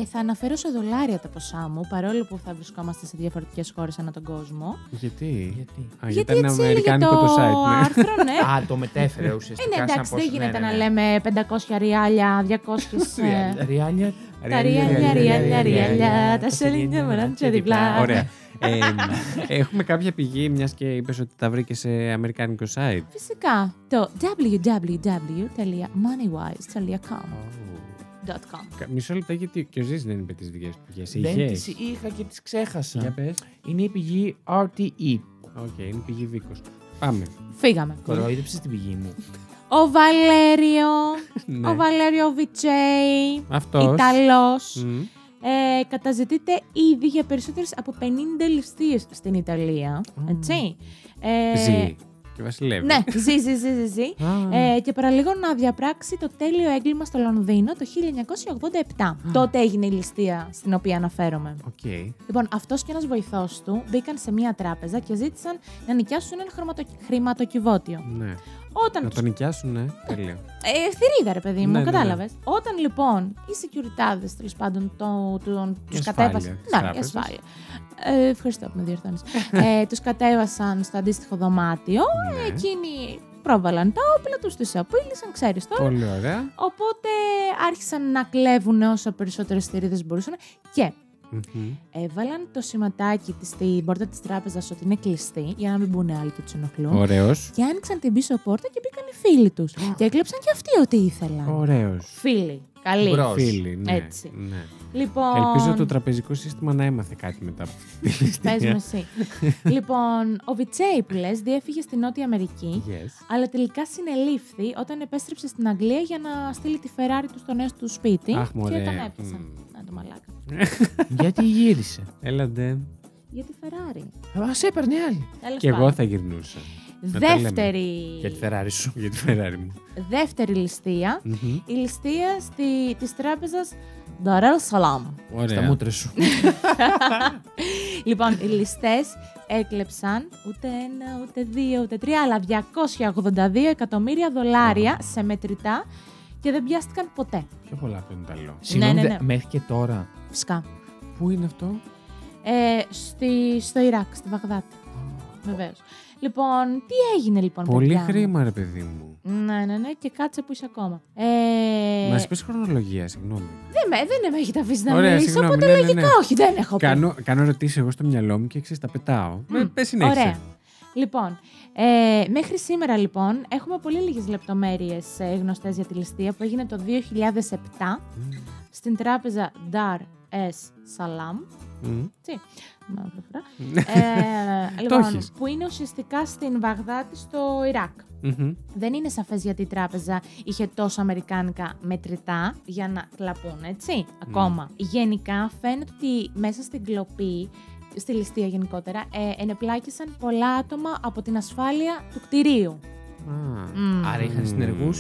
S2: Ε, θα αναφέρω σε δολάρια τα ποσά μου, παρόλο που θα βρισκόμαστε σε διαφορετικές χώρες ανά τον κόσμο.
S1: Γιατί.
S3: Γιατί.
S1: Α,
S2: γιατί
S1: ήταν
S2: έτσι έλεγε
S1: αμερικάνικο
S2: το
S1: το site. ναι.
S2: άρθρο, ναι.
S3: Α, το μετέφερε ουσιαστικά.
S2: Είναι
S3: σαν
S2: Ε, εντάξει, δεν
S3: πόσο-
S2: γίνεται
S3: ναι, ναι,
S2: να
S3: ναι.
S2: λέμε 500 ριάλια, 200... ε,
S1: Ριάλια.
S3: Ριάλια.
S2: Τα ριάλια, ριάλια, ριάλια, τα σελίνια μωράντια διπλά.
S1: Ωραία. Ε, έχουμε κάποια πηγή, μιας και είπες ότι τα βρήκες σε αμερικάνικο site.
S2: Φυσικά, το www.moneywise.com
S1: Κα- Μισό λεπτό γιατί και ο Ζήση δεν είπε τις δικές του πηγές.
S3: Δεν τις είχα και τις ξέχασα.
S1: Για πες.
S3: Είναι η πηγή E. RTE.
S1: Οκ, είναι πηγή δίκο. Πάμε.
S2: Φύγαμε.
S3: Κοροϊδέψε την πηγή
S2: Ναι,
S3: μου.
S2: Ο Βαλέριο,
S1: Ναι.
S2: ο Βαλέριο Βιτσέι,
S1: Αυτός.
S2: Ιταλός. Ε, καταζητείται ήδη για περισσότερες από 50 ληστείες στην Ιταλία. Έτσι. Ε,
S1: Ζει. Και βασιλεύει.
S2: Ναι, ζει, ζει, ζει, ζει, ζει.
S1: Α,
S2: Ε, και παραλίγο να διαπράξει το τέλειο έγκλημα στο Λονδίνο το 1987. Τότε έγινε η ληστεία στην οποία αναφέρομαι.
S1: Οκ.
S2: Λοιπόν, αυτός και ένας βοηθός του μπήκαν σε μία τράπεζα και ζήτησαν να νοικιάσουν ένα χρηματο- χρηματοκιβώτιο.
S1: Ναι.
S2: Όταν
S1: Να
S2: τους
S1: τον νοικιάσουν, ναι. Τέλεια.
S2: Ε, θηρίδα, ρε παιδί μου,
S1: Ναι, ναι, ναι.
S2: κατάλαβες. Όταν λοιπόν οι securityάδε τέλος πάντων το, τον,
S1: Η
S2: του
S1: ασφάλεια
S2: κατέβασαν.
S1: της
S2: Ναι, η
S1: τράπεζας.
S2: ασφάλεια. Ε, ευχαριστώ που με διορθώνεις. ε, τους κατέβασαν στο αντίστοιχο δωμάτιο.
S1: Ναι.
S2: Εκείνοι πρόβαλαν τα όπλα τους, τους απείλησαν, ξέρεις τώρα.
S1: Πολύ ωραία.
S2: Οπότε άρχισαν να κλέβουν όσο περισσότερες θηρίδες μπορούσαν και
S1: Μμμ.
S2: έβαλαν το σηματάκι της στην πόρτα της τράπεζας ότι είναι κλειστή για να μην μπουν άλλοι και τους ενοχλούν.
S1: Ωραίος.
S2: Και άνοιξαν την πίσω πόρτα και μπήκαν οι φίλοι τους. και έκλεψαν και αυτοί ό,τι ήθελαν.
S1: Ωραίος.
S2: Φίλοι. Καλή.
S3: Μπρος. Ως.
S1: Φίλοι, ναι.
S2: Έτσι.
S1: ναι.
S2: Λοιπόν.
S1: Ελπίζω το τραπεζικό σύστημα να έμαθε κάτι μετά από τη
S2: Πες μου
S1: ληστεία.
S2: εσύ. λοιπόν, ο Βιτσέι που λες διέφυγε στη Νότια Αμερική,
S1: Yes.
S2: αλλά τελικά συνελήφθη όταν επέστρεψε στην Αγγλία για να στείλει τη Ferrari του στο νέο του σπίτι.
S1: Αχ, μωρέ.
S2: και τον έπιασαν.
S1: Μμμ.
S2: Να το μαλάκα.
S3: Γιατί γύρισε.
S1: Έλαντε.
S2: Για τη Ferrari.
S3: Ας έπαιρνε άλλη.
S2: Τέλος
S1: Και εγώ
S2: πάντων.
S1: θα γυρνούσα. να τα λέμε.
S2: Δεύτερη,
S3: Για τη Ferrari σου.
S1: Για τη Φεράρι μου.
S2: δεύτερη ληστεία.
S1: Μμμ.
S2: Η ληστεία στη, της τράπεζας Νταρέλ Σαλάμ.
S1: Ωραία.
S3: Στα μούτρα σου.
S2: Λοιπόν, οι ληστές έκλεψαν ούτε ένα, ούτε δύο, ούτε τρία, αλλά 282 εκατομμύρια δολάρια σε μετρητά και δεν πιάστηκαν ποτέ.
S1: Πιο πολλά από τον Ιταλό.
S3: Συγγνώμη,
S2: ναι,
S3: δε-
S2: ναι.
S3: μέχρι και τώρα.
S2: Φυσικά.
S1: Πού είναι αυτό?
S2: Ε, στη, στο Ιράκ, στη Βαγδάτη. Βεβαίως. Λοιπόν, τι έγινε λοιπόν,
S1: Πολύ
S2: παιδιά μου?
S1: χρήμα, ρε παιδί μου.
S2: Ναι, ναι, ναι, και κάτσε που είσαι ακόμα. Ε,
S1: Μα πει χρονολογία, συγγνώμη.
S2: δεν, με, δεν με έχετε αφήσει να
S1: Ωραία,
S2: μιλήσω,
S1: συγγνώμη,
S2: οπότε
S1: ναι, ναι,
S2: λογικά
S1: ναι.
S2: όχι, δεν έχω πει.
S1: Κάνω, κάνω ερωτήσεις εγώ στο μυαλό μου και εξή τα πετάω. Με, πες συνέχισε.
S2: Ωραία. Λοιπόν, ε, μέχρι σήμερα λοιπόν έχουμε πολύ λίγες λεπτομέρειες ε, γνωστές για τη ληστεία που έγινε το 2007
S1: Μμμ.
S2: στην τράπεζα Dar es Salam.
S1: Μμμ.
S2: Να, το βρω. Ε, λοιπόν,
S1: έχεις.
S2: που είναι ουσιαστικά στην Βαγδάτη στο Ιράκ.
S1: Μμμ.
S2: Δεν είναι σαφές γιατί η τράπεζα είχε τόσα αμερικάνικα μετρητά για να κλαπούν,
S1: Ναι.
S2: έτσι, ακόμα. Γενικά φαίνεται ότι μέσα στην κλοπή, στη ληστεία γενικότερα, ε, ενεπλάκησαν πολλά άτομα από την ασφάλεια του κτηρίου.
S1: Α.
S2: Μμμ.
S3: Άρα
S1: Μμμ.
S3: είχαν συνεργού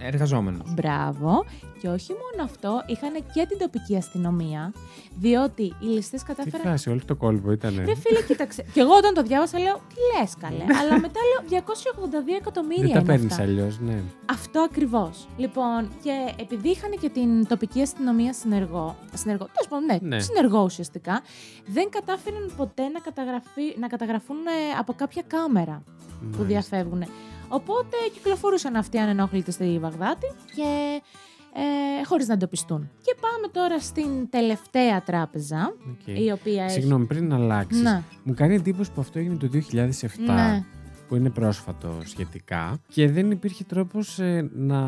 S3: εργαζόμενου.
S2: Μπράβο. Και όχι μόνο αυτό, είχαν και την τοπική αστυνομία, διότι οι ληστές
S1: Τι
S2: κατάφεραν
S1: φάση, όλο το κόλπο ήταν.
S2: Ρε φίλε, κοίταξε. και εγώ όταν το διάβασα λέω, τι λες, καλέ. Αλλά μετά λέω 282 εκατομμύρια.
S1: Ναι. Δεν
S2: είναι
S1: τα παίρνεις
S2: αυτά».
S1: αλλιώς, ναι.
S2: Αυτό ακριβώς. Λοιπόν, και επειδή είχαν και την τοπική αστυνομία συνεργό. Συνεργό, τέλος πάντων, ναι,
S1: Ναι.
S2: συνεργό ουσιαστικά, δεν κατάφεραν ποτέ να, καταγραφεί, να καταγραφούν ε, από κάποια κάμερα που
S1: Μάλιστα.
S2: διαφεύγουν. Οπότε κυκλοφορούσαν αυτοί ανενόχλητοι στη Βαγδάτη και ε, χωρίς να εντοπιστούν. Και πάμε τώρα στην τελευταία τράπεζα,
S1: Οκ.
S2: η οποία έχει...
S1: Ε, Συγγνώμη, πριν να αλλάξεις.
S2: Ναι.
S1: Μου κάνει εντύπωση που αυτό έγινε το 2007.
S2: Ναι.
S1: Που είναι πρόσφατο σχετικά και δεν υπήρχε τρόπος να,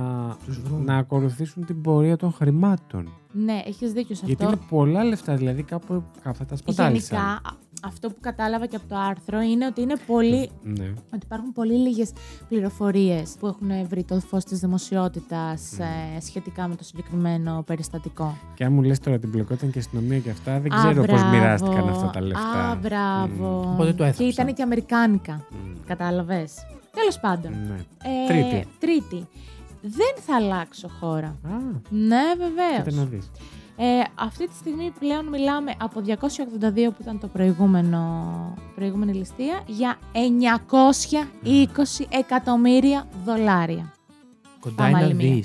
S1: να ακολουθήσουν την πορεία των χρημάτων.
S2: Ναι, έχεις δίκιο σε
S1: Γιατί
S2: αυτό.
S1: είναι πολλά λεφτά, δηλαδή κάπου αυτά τα
S2: Γενικά,
S1: σπατάλησαν.
S2: α- αυτό που κατάλαβα και από το άρθρο είναι ότι, είναι πολύ,
S1: Ναι.
S2: ότι υπάρχουν πολύ λίγες πληροφορίες που έχουν βρει το φως της δημοσιότητας ε, σχετικά με το συγκεκριμένο περιστατικό.
S1: Και αν μου λες τώρα την μπλεκόταν και η αστυνομία και αυτά, δεν
S2: Α,
S1: ξέρω πώς
S2: μπράβο.
S1: μοιράστηκαν αυτά τα λεφτά.
S2: Α, μπράβο.
S3: Οπότε το
S2: και
S3: έθαψα.
S2: ήταν και αμερικάνικα,
S1: Μμμ.
S2: κατάλαβες. Τέλος πάντων.
S1: Μμμ. Ναι.
S2: Ε,
S1: Τρίτη.
S2: τρίτη. Δεν θα αλλάξω χώρα.
S1: Α,
S2: Ναι, βεβαίως.
S1: κοίτα να δεις.
S2: Ε, αυτή τη στιγμή πλέον μιλάμε από 282 που ήταν το προηγούμενο, προηγούμενη ληστεία για 920 εκατομμύρια δολάρια.
S3: Κοντά
S2: Πάμε
S3: είναι
S2: άλλη
S3: να
S2: μία.
S3: δει.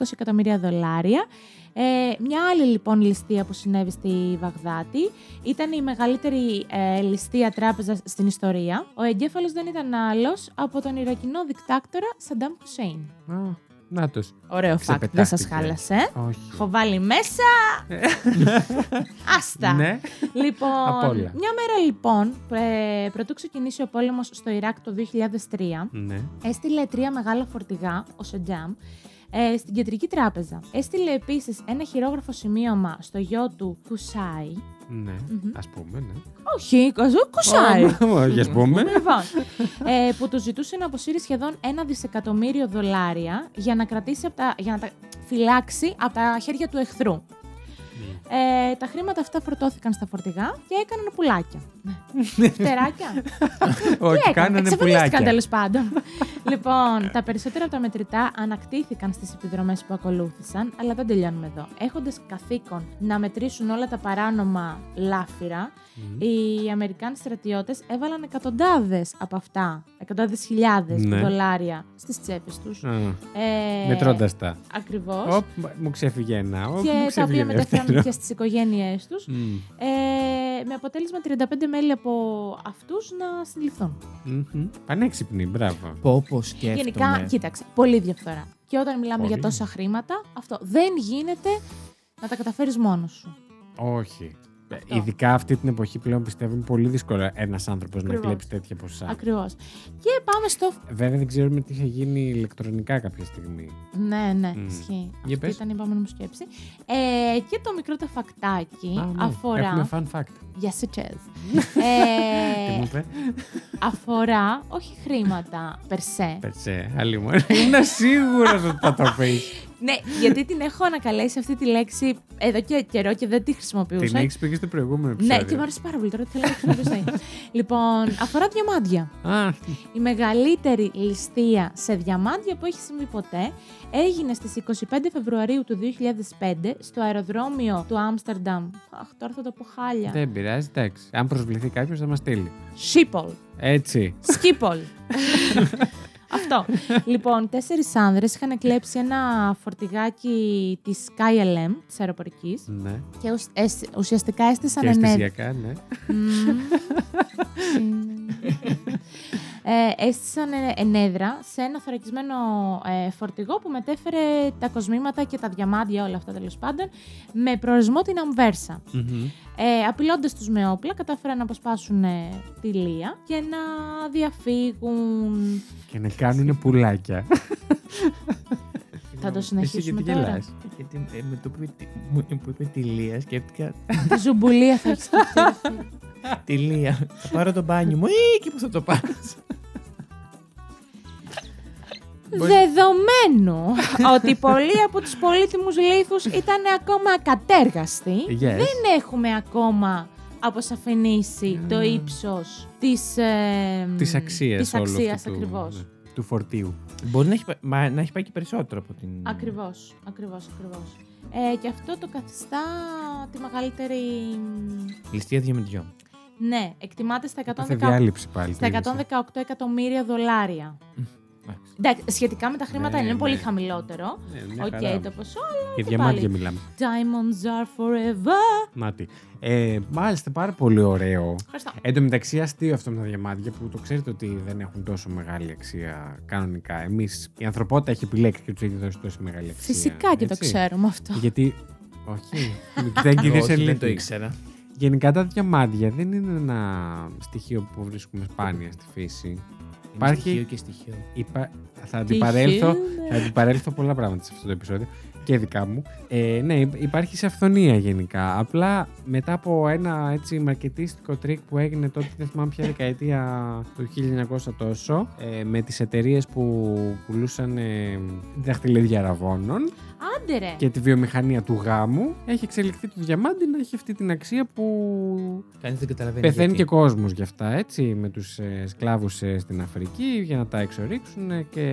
S2: 920 εκατομμύρια δολάρια. Ε, μια άλλη λοιπόν ληστεία που συνέβη στη Βαγδάτη ήταν η μεγαλύτερη ε, ληστεία τράπεζας στην ιστορία. Ο εγκέφαλος δεν ήταν άλλος από τον Ιρακινό δικτάκτορα Σαντάμ Χουσέιν.
S1: Α, να τους.
S2: Ωραίο fact, δεν σας
S1: Ξεπετάχτηκε.
S2: χάλασε. ε.
S1: Όχι.
S2: Έχω βάλει μέσα. Άστα.
S1: Ναι.
S2: Λοιπόν,
S1: Απ' όλα.
S2: μια μέρα λοιπόν, ε, πρωτού ξεκινήσει ο πόλεμος στο Ιράκ το 2003,
S1: ναι.
S2: έστειλε τρία μεγάλα φορτηγά, ο Σεντζάμ, ε, στην κεντρική τράπεζα. Έστειλε επίσης ένα χειρόγραφο σημείωμα στο γιο του Κουσάι.
S1: Ναι.
S2: Μμμ.
S1: Ας πούμε, ναι.
S2: Όχι, Καζού, Κουσάι.
S1: Όχι, ας πούμε.
S2: Λοιπόν, ε, που του ζητούσε να αποσύρει σχεδόν ένα δισεκατομμύριο δολάρια για να, κρατήσει απ' τα, για να τα φυλάξει από τα χέρια του εχθρού. Ε, τα χρήματα αυτά φορτώθηκαν στα φορτηγά και έκαναν πουλάκια. Φτεράκια.
S1: Όχι, κάνανε πουλάκια.
S2: τέλος πάντων. λοιπόν, τα περισσότερα από τα μετρητά ανακτήθηκαν στις επιδρομές που ακολούθησαν, αλλά δεν τελειώνουμε εδώ. Έχοντας καθήκον να μετρήσουν όλα τα παράνομα λάφυρα,
S1: Μμμ.
S2: οι Αμερικάνοι στρατιώτες έβαλαν εκατοντάδες από αυτά, εκατοντάδες χιλιάδες
S1: Ναι.
S2: δολάρια στις τσέπες τους.
S1: Α,
S2: Ε,
S1: Μετρώντας τα.
S2: Ακριβώς.
S1: Οπ, μου ξέφυγε ένα. Οπ, μου
S2: Και τα
S1: ξέφυγε
S2: οποία μεταφέρουν
S1: δεύτερο.
S2: και στις οικογένειές τους.
S1: Μμ.
S2: Ε, με αποτέλεσμα 35 μέλη από αυτούς να συλληφθούν.
S1: Μμμ. Πανέξυπνη, μπράβο.
S3: Πόπο σκέφτομαι.
S2: Γενικά, κοίταξε, πολύ διαφθορά. Και όταν μιλάμε
S1: Πολύ.
S2: για τόσα χρήματα, αυτό δεν γίνεται να τα καταφέρεις μόνος σου.
S1: Όχι. Ειδικά αυτή την εποχή πλέον πιστεύω είναι πολύ δύσκολο ένας άνθρωπος να
S2: Ακριβώς.
S1: κλέψει τέτοια ποσά.
S2: Ακριβώς. Και πάμε στο.
S1: Βέβαια δεν ξέρουμε τι θα γίνει ηλεκτρονικά κάποια στιγμή.
S2: Ναι, ναι,
S1: Μμ.
S2: ισχύει.
S1: Για
S2: Αυτή
S1: πες.
S2: ήταν η επόμενη μου σκέψη. Ε, και το μικρό τα φακτάκι
S1: Α, ναι.
S2: Ε, αφορά.
S1: Έχουμε fun fact.
S2: Για σουτσέζ.
S1: Τι
S2: ε,
S1: μου είπε.
S2: αφορά όχι χρήματα περσέ.
S1: Πετσέ, άλλη μου. Ήμουν σίγουρος ότι θα το πεις.
S2: ναι, γιατί την έχω ανακαλέσει αυτή τη λέξη εδώ και καιρό και δεν τη
S1: Την
S2: χρησιμοποιούσα.
S1: έχεις πει και στο προηγούμενο επεισόδιο.
S2: ναι, και μου άρεσε πάρα πολύ. Τώρα τι θέλω να χρησιμοποιήσω. λοιπόν, αφορά διαμάντια.
S1: Α,
S2: Η μεγαλύτερη ληστεία σε διαμάντια που έχει συμβεί ποτέ έγινε στις 25 Φεβρουαρίου του 2005 στο αεροδρόμιο του Άμστερνταμ. Αχ, τώρα θα το πω χάλια.
S1: δεν πειράζει, εντάξει. Αν προσβληθεί κάποιος θα μας στείλει.
S2: Σίπολ.
S1: Έτσι.
S2: Σκύπολ. Αυτό. λοιπόν, τέσσερις άνδρες είχαν κλέψει ένα φορτηγάκι της KLM, της αεροπορικής,
S1: Ναι.
S2: και ουσ- εσ- ουσιαστικά έστησαν
S1: Και
S2: ενέργεια.
S1: αισθησιακά, ναι.
S2: Μμμ. ε, έστησαν ε, ενέδρα σε ένα θωρακισμένο ε, φορτηγό που μετέφερε τα κοσμήματα και τα διαμάντια, όλα αυτά τέλος πάντων, με προορισμό την Αμβέρσα.
S1: Μμμ.
S2: Ε, Απειλώντας τους με όπλα, κατάφεραν να αποσπάσουν ε, τη Λία και να διαφύγουν.
S1: Και να κάνουν πουλάκια.
S2: Θα το
S3: Εσύ γιατί
S2: συνεχίσουμε τώρα.
S3: γελάς? Γιατί ε, με το που είπε τη- μου- μου είπε τη Λία, σκέφτηκα
S2: Τη ζουμπουλία θα έχει
S3: τη Λία. Θα πάρω το μπάνι μου. Ε, και πώς θα το πάρω.
S2: Δεδομένου ότι πολλοί από τους πολύτιμους λίθους ήταν ακόμα ακατέργαστοι,
S1: Yes.
S2: Ε, δεν έχουμε ακόμα αποσαφηνίσει το
S1: Ναι.
S2: ύψος της, ε,
S1: Της αξίας
S2: της αξίας ακριβώς.
S1: Του ναι. φορτίου.
S3: Μπορεί να έχει, πα- μα, να έχει πάει και περισσότερο από την.
S2: Ακριβώς, ακριβώς, ακριβώς. Ε, και αυτό το καθιστά τη μεγαλύτερη...
S3: Ληστεία διαμετριών.
S2: Ναι, εκτιμάται στα
S1: Κάθε
S2: 118,
S1: διάλειψη πάλι.
S2: στα
S1: τη
S2: 118 εκατομμύρια δολάρια.
S3: Εντάξει.
S2: Εντάξει, σχετικά με τα χρήματα
S1: Ναι,
S2: είναι πολύ
S1: ναι.
S2: χαμηλότερο.
S1: λύση. Ναι, μια
S2: Οκ,
S1: χαρά.
S2: το ποσό,
S1: Για
S2: και
S1: διαμάντια
S2: πάλι.
S1: μιλάμε.
S2: Diamonds are forever.
S1: Μάτι. Ε, μάλιστα, πάρα πολύ ωραίο.
S2: Ευχαριστώ.
S1: Εν τω μεταξύ, αστείο αυτό με τα διαμάντια που το ξέρετε ότι δεν έχουν τόσο μεγάλη αξία κανονικά. Εμείς, η ανθρωπότητα έχει επιλέξει και τους έχει δώσει τόσο μεγάλη αξία.
S2: Φυσικά και το
S1: έτσι.
S2: ξέρουμε αυτό.
S1: Γιατί. Όχι. δεν κυρίω
S3: Όχι, δεν το ήξερα.
S1: Γενικά τα διαμάντια δεν είναι ένα στοιχείο που βρίσκουμε σπάνια στη φύση. Υπάρχει-
S3: Υπάρχει. Στοιχείο και στοιχείο.
S1: Είπα, θα αντιπαρέλθω,
S2: Τυχαίο,
S1: θα αντιπαρέλθω πολλά πράγματα σε αυτό το επεισόδιο και δικά μου. Ε, ναι, υ- υπάρχει σε αυθονία γενικά. Απλά μετά από ένα έτσι μαρκετίστικο τρίκ που έγινε τότε, δεν θυμάμαι ποια δεκαετία του 1900 τόσο, ε, με τις εταιρείες που πουλούσαν ε, δαχτυλίδια ραβώνων
S2: Άντε ρε.
S1: και τη βιομηχανία του γάμου, έχει εξελιχθεί το διαμάντι να έχει αυτή την αξία που
S3: Κανείς δεν καταλαβαίνει.
S1: Πεθαίνει και
S3: γιατί.
S1: κόσμος γι' αυτά, έτσι, με τους ε, σκλάβους στην Αφρική για να τα εξορίξουν ε, και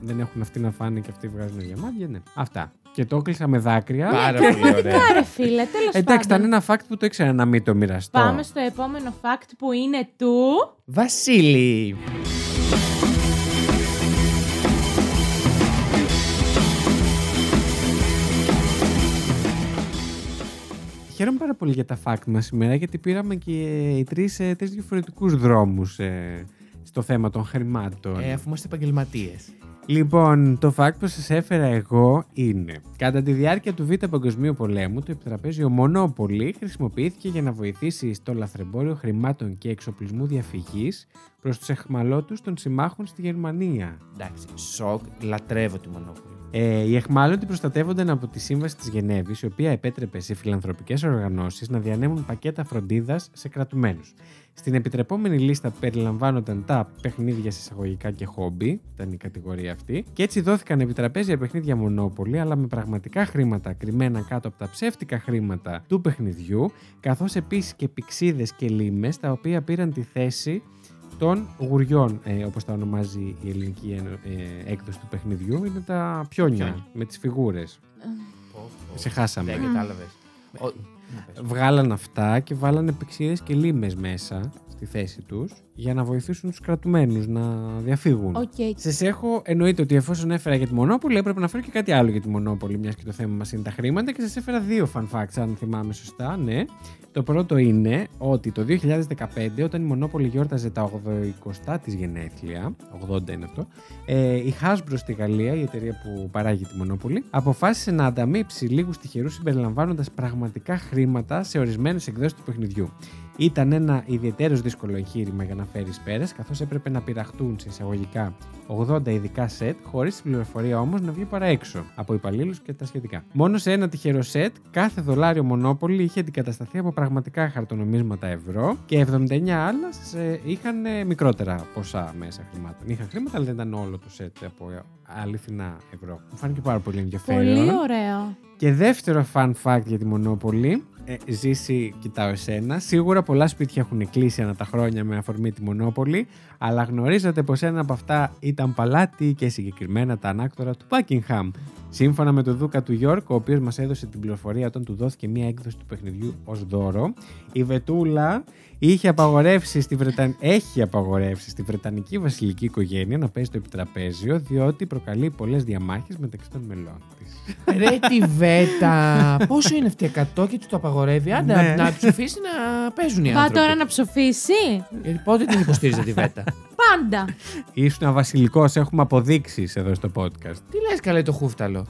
S1: δεν έχουν αυτοί να φάνε και αυτοί βγάζουν διαμάντια. Ναι. Αυτά. Και το έκλεισα με δάκρυα.
S3: Πάρα
S1: Και-
S3: πολύ ωραία.
S2: Άρε φίλε, τέλος πάντων.
S1: Εντάξει, ήταν ένα fact που το ήξερα να μην το μοιραστώ.
S2: Πάμε στο επόμενο fact που είναι του.
S3: Βασίλη!
S1: Χαίρομαι πάρα πολύ για τα fact μας σήμερα γιατί πήραμε και οι τρεις ε, τρεις διαφορετικούς δρόμους στο θέμα των χρημάτων.
S3: Ε, αφού είμαστε επαγγελματίες.
S1: Λοιπόν, το fact που σας έφερα εγώ είναι Κατά τη διάρκεια του Β' Παγκοσμίου Πολέμου, το επιτραπέζιο Μονόπολη χρησιμοποιήθηκε για να βοηθήσει στο λαθρεμπόριο χρημάτων και εξοπλισμού διαφυγής προς τους εχμαλώτους των συμμάχων στη Γερμανία.
S3: Εντάξει. Σοκ, λατρεύω τη μονόπολη.
S1: Ε, οι εχμάλωτοι προστατεύονταν από τη Σύμβαση της Γενέβης, η οποία επέτρεπε σε φιλανθρωπικές οργανώσεις να διανέμουν πακέτα φροντίδας σε κρατουμένους. Στην επιτρεπόμενη λίστα περιλαμβάνονταν τα παιχνίδια σε εισαγωγικά και χόμπι, ήταν η κατηγορία αυτή, και έτσι δόθηκαν επιτραπέζια παιχνίδια μονόπολη, αλλά με πραγματικά χρήματα κρυμμένα κάτω από τα ψεύτικα χρήματα του παιχνιδιού, καθώς επίσης και πηξίδες και λίμες, τα οποία πήραν τη θέση των γουριών, ε, όπως τα ονομάζει η ελληνική ένω- ε, έκδοση του παιχνιδιού, είναι τα πιόνια,
S3: Πιόνια.
S1: με τις φιγούρες. Σε χάσαμε.
S3: Δεν κατάλαβες.
S1: Βγάλαν αυτά και βάλανε πηξίδες και λίμες μέσα στη θέση τους για να βοηθήσουν τους κρατουμένους να διαφύγουν.
S2: Οκ.
S1: Σας έχω εννοείται ότι εφόσον έφερα για τη Μονόπολη, έπρεπε να φέρω και κάτι άλλο για τη Μονόπολη, μιας και το θέμα μας είναι τα χρήματα. Και σας έφερα δύο fun facts, αν θυμάμαι σωστά. Ναι. Το πρώτο είναι ότι το 2015, όταν η Μονόπολη γιόρταζε τα 80 της γενέθλια, 80 είναι αυτό, ε, η Hasbro στη Γαλλία, η εταιρεία που παράγει τη Μονόπολη, αποφάσισε να ανταμείψει λίγους τυχερούς συμπεριλαμβάνοντας πραγματικά χρήματα σε ορισμένες εκδόσεις του παιχνιδιού. Ήταν ένα ιδιαίτερος δύσκολο εγχείρημα για να να φέρει πέρα, καθώς έπρεπε να πειραχτούν σε εισαγωγικά 80 ειδικά σετ, χωρίς την πληροφορία όμως να βγει παρά έξω από υπαλλήλους και τα σχετικά. Μόνο σε ένα τυχερό σετ, κάθε δολάριο μονόπολη είχε αντικατασταθεί από πραγματικά χαρτονομίσματα ευρώ και 79 άλλα σε- είχαν ε, μικρότερα ποσά μέσα χρημάτων. Είχαν χρήματα, αλλά δεν ήταν όλο το σετ από ε, αληθινά ευρώ. Μου φάνηκε πάρα πολύ ενδιαφέρον.
S2: Πολύ ωραίο.
S1: Και δεύτερο fun fact για τη Μονόπολη. Ε, ζήσει, κοιτάω εσένα. Σίγουρα πολλά σπίτια έχουν κλείσει ανά τα χρόνια με αφορμή τη Μονόπολη, αλλά γνωρίζατε πως ένα από αυτά ήταν παλάτι και συγκεκριμένα τα ανάκτορα του Buckingham. Σύμφωνα με τον Δούκα του York, ο οποίος μας έδωσε την πληροφορία όταν του δόθηκε μία έκδοση του παιχνιδιού ως δώρο, η Βετούλα είχε απαγορεύσει στη Βρεταν... έχει απαγορεύσει στη Βρετανική βασιλική οικογένεια να παίζει το επιτραπέζιο, διότι προκαλεί πολλές διαμάχες μεταξύ των μελών Ε, της.
S3: Ρε τη βέτα. Πόσο είναι αυτή 100 και του το απαγορεύει. Άντε
S1: Ναι.
S3: να- να ψηφίσει να παίζουν οι
S2: Πά
S3: άνθρωποι.
S2: τώρα να ψοφήσει.
S3: Ε, Πότε την υποστήριζε τη βέτα.
S2: Πάντα.
S1: Ήσουν βασιλικός, έχουμε αποδείξεις εδώ στο podcast.
S3: Τι λες καλέ το χούφταλο.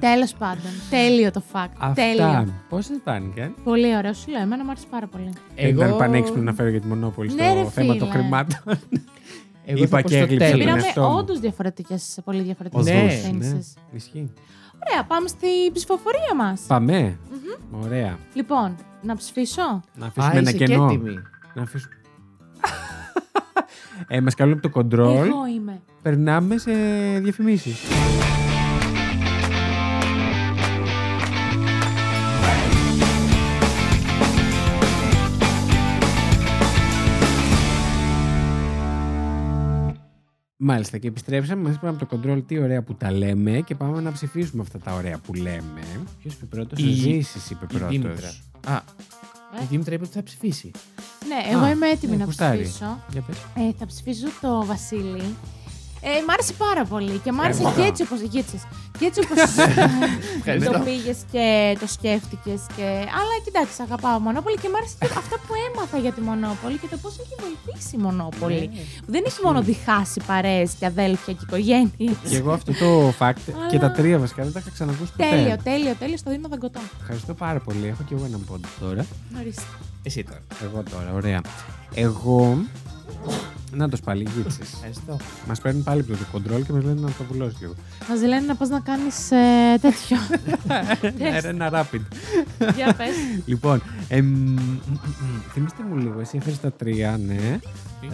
S2: Τέλος πάντων. Τέλειο το fact. Τέλειο.
S1: Αυτά. Πώ σα φάνηκε, ε?
S2: Πολύ ωραίο, σου λέω. Εμένα μου άρεσε πάρα πολύ.
S1: Δεν Ε, Ήταν πανέξυπνο να φέρω για τη Μονόπολη στο
S2: Ναι, ρε,
S1: θέμα
S2: φίλε.
S1: των χρημάτων.
S3: Εγώ
S1: Είπα
S3: θα πω
S1: και
S3: στο
S1: έγλειψα
S3: τέλος.
S1: τον
S2: Πήραμε
S1: εαυτό μου.
S2: όντως διαφορετικές, πολύ διαφορετικές
S1: Οδούς,
S3: ναι.
S1: Ισχύει.
S2: Ωραία, πάμε στην ψηφοφορία μας.
S1: Πάμε. Ωραία.
S2: Λοιπόν, να ψηφίσω.
S1: Να αφήσουμε
S3: Α,
S1: ένα
S3: είσαι και
S1: κενό.
S3: έτοιμη.
S1: Να αφήσουμε. ε, Μα καλούν από το κοντρόλ.
S2: Εγώ είμαι.
S1: Περνάμε σε διαφημίσεις. Μάλιστα και επιστρέψαμε, μας είπαμε από το control τι ωραία που τα λέμε και πάμε να ψηφίσουμε αυτά τα ωραία που λέμε. Ποιος είπε πρώτος,
S3: Η-
S1: ο Ζήσης είπε
S3: Η Δήμητρα.
S1: πρώτος.
S3: Α,
S2: Ε.
S3: η Δήμητρα είπε ότι θα ψηφίσει.
S2: Ναι, εγώ
S1: Α,
S2: είμαι έτοιμη
S1: ναι,
S2: να
S1: κουστάρι.
S2: ψηφίσω.
S1: Για πες.
S2: Ε, θα ψηφίσω το Βασίλη. Ε, μ' άρεσε πάρα πολύ και μ' άρεσε
S1: Εγώ.
S2: και έτσι όπως γίτσες. Και έτσι όπως
S1: Ναι.
S2: το
S3: Ευχαριστώ.
S2: πήγες και το σκέφτηκες. Και... Αλλά κοιτάξτε, αγαπάω Μονόπολη και μ' άρεσε και αυτά που έμαθα για τη Μονόπολη και το πώς έχει βοηθήσει η Μονόπολη.
S1: Ναι.
S2: Που δεν έχει μόνο διχάσει παρέες και αδέλφια και οικογένειες.
S1: Και εγώ αυτό το fact και τα
S2: Αλλά-
S1: τρία βασικά δεν τα είχα ξανακούσει ποτέ.
S2: Τέλειο, τέλειο, τέλειο, στο δίνω δαγκωτό.
S1: Ευχαριστώ πάρα πολύ. Έχω και εγώ έναν πόντο τώρα.
S2: Ορίστε.
S3: Εσύ τώρα.
S1: Εγώ τώρα, ωραία. Εγώ. Να το πάλι, γίτσε.
S3: Ευχαριστώ.
S1: μας παίρνουν πάλι από το κοντρόλ και μας λένε να το βουλώσεις λίγο.
S2: Μας λένε να πας να κάνεις ε, τέτοιο. Τεστ.
S1: Άρα Ε, ένα rapid.
S2: Για πες.
S1: Λοιπόν, εμ, μ, μ, μ, θυμίστε μου λίγο, εσύ έφερες τα τρία, ναι.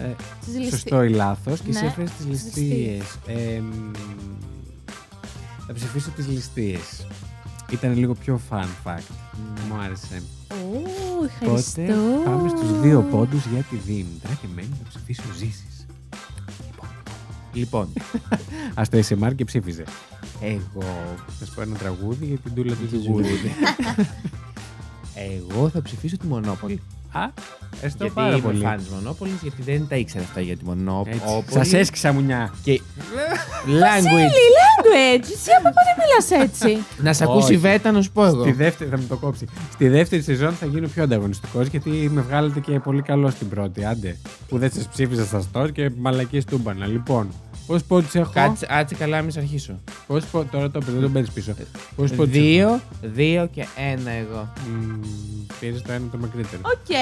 S1: Ε,
S2: Στις ληστεί-
S1: σωστό ή λάθος. Και εσύ
S2: Ναι,
S1: έφερες τις
S2: τις
S1: ληστείες. Θα ψηφίσω τις ληστείες. Ήταν λίγο πιο fun fact. Μου άρεσε.
S2: Ω,
S1: Οπότε
S2: ευχαριστώ.
S1: πάμε στους δύο πόντους για τη Δήμητρα και μένει να ψηφίσω ζήσει.
S3: Λοιπόν,
S1: Ας το SMR και ψήφιζε. Εγώ. Θα σου πω ένα τραγούδι για την τούλα του Τζιγούρδη.
S3: εγώ θα ψηφίσω τη Μονόπολη.
S1: Α, ευχαριστώ
S3: γιατί
S1: πάρα
S3: είμαι
S1: πολύ.
S3: φαν της Μονόπολης, γιατί δεν τα ήξερα αυτά για τη Μονόπολη.
S1: Σα έσκυσα μουνιά.
S3: Και language.
S2: Silly language. Εσύ από πότε μιλάς έτσι.
S3: Να σε ακούσει η
S1: Όχι.
S3: Βέτα, να σου πω εγώ.
S1: Στη δεύτερη, θα μου το κόψει. Στη δεύτερη σεζόν θα γίνω πιο ανταγωνιστικός γιατί με βγάλετε και πολύ καλό στην πρώτη. Άντε. Που δεν σας ψήφισα στα store και μαλακίες τούμπανα. Λοιπόν, πώ πόντους έχω.
S3: Κάτσε, άτσε καλά, μην σε αρχίσω.
S1: Πώς πο- Τώρα το παιδί δεν παίρνεις πίσω. Πώ πόντους.
S3: Δύο, δύο και ένα εγώ.
S1: Πήρες το ένα το μακρύτερο.
S2: Οκ,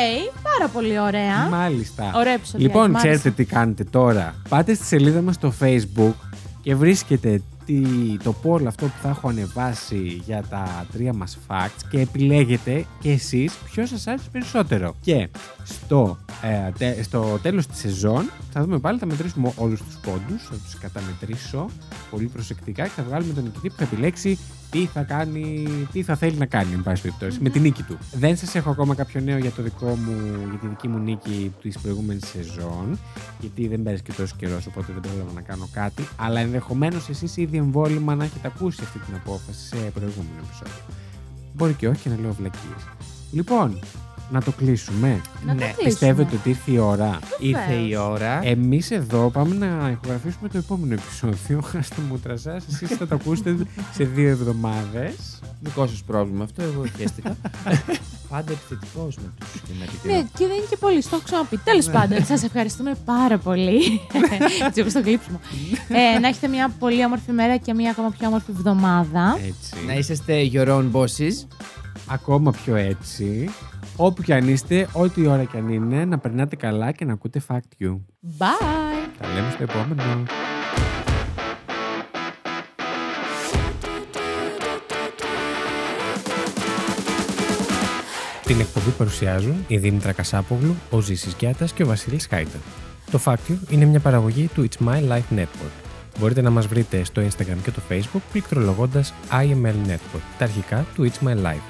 S2: πάρα πολύ ωραία.
S1: Μάλιστα.
S2: Ωραία επεισόδια.
S1: Λοιπόν,
S2: μ' άρεσε.
S1: ξέρετε τι κάνετε τώρα. Πάτε στη σελίδα μας στο Facebook και βρίσκετε τι, το poll αυτό που θα έχω ανεβάσει για τα τρία μας facts και επιλέγετε και εσείς ποιος σας άρεσε περισσότερο. Και στο, ε, τε- στο τέλος της σεζόν θα δούμε πάλι, θα μετρήσουμε όλους τους πόντους, θα τους καταμετρήσω πολύ προσεκτικά και θα βγάλουμε τον νικητή που θα επιλέξει τι θα κάνει, τι θα θέλει να κάνει, εν πάση περιπτώσει, με τη νίκη του. Δεν σας έχω ακόμα κάποιο νέο για, το δικό μου, για τη δική μου νίκη της προηγούμενης σεζόν, γιατί δεν πέρασε και τόσο καιρός, οπότε δεν πρόλαβα να κάνω κάτι. Αλλά ενδεχομένως εσείς ήδη εμβόλυμα να έχετε ακούσει αυτή την απόφαση σε προηγούμενο επεισόδιο. Μπορεί και όχι και να λέω βλακίες. Λοιπόν, να το κλείσουμε.
S2: Να το
S3: Ναι,
S2: κλείσουμε.
S1: Πιστεύετε ότι ήρθε η ώρα.
S3: Ήρθε η ώρα.
S1: Εμείς εδώ πάμε να ηχογραφήσουμε το επόμενο επεισόδιο. Χάστε μούτρα σας. Εσείς θα το ακούσετε σε δύο εβδομάδες.
S3: Δικό σας πρόβλημα αυτό, εγώ χαίστηκα. Πάντα επιθετικός με τους
S2: Ναι,
S3: κοινωνικού.
S2: και δεν είναι και πολύ, στο έχω ξαναπεί. Τέλος
S1: Ναι.
S2: πάντων, σας ευχαριστούμε πάρα πολύ. Έτσι, όπως το κλείψιμο. ε, να έχετε μια πολύ όμορφη μέρα και μια ακόμα πιο όμορφη
S1: Ε.
S2: εβδομάδα.
S1: Έτσι.
S3: Να είσαστε your own bosses.
S1: Ακόμα πιο έτσι.
S4: Όπου κι αν είστε, ό,τι ώρα κι αν είναι, να περνάτε καλά και να ακούτε Fact You.
S2: Bye!
S4: Τα λέμε στο επόμενο.
S1: Την εκπομπή παρουσιάζουν η Δήμητρα Κασάπογλου, ο Ζήσης Γιάτας και ο Βασίλης Χάιτα. Το Fact You είναι μια παραγωγή του It's My Life Network. Μπορείτε να μας βρείτε στο Instagram και το Facebook πληκτρολογώντας IML Network, τα αρχικά του It's My Life.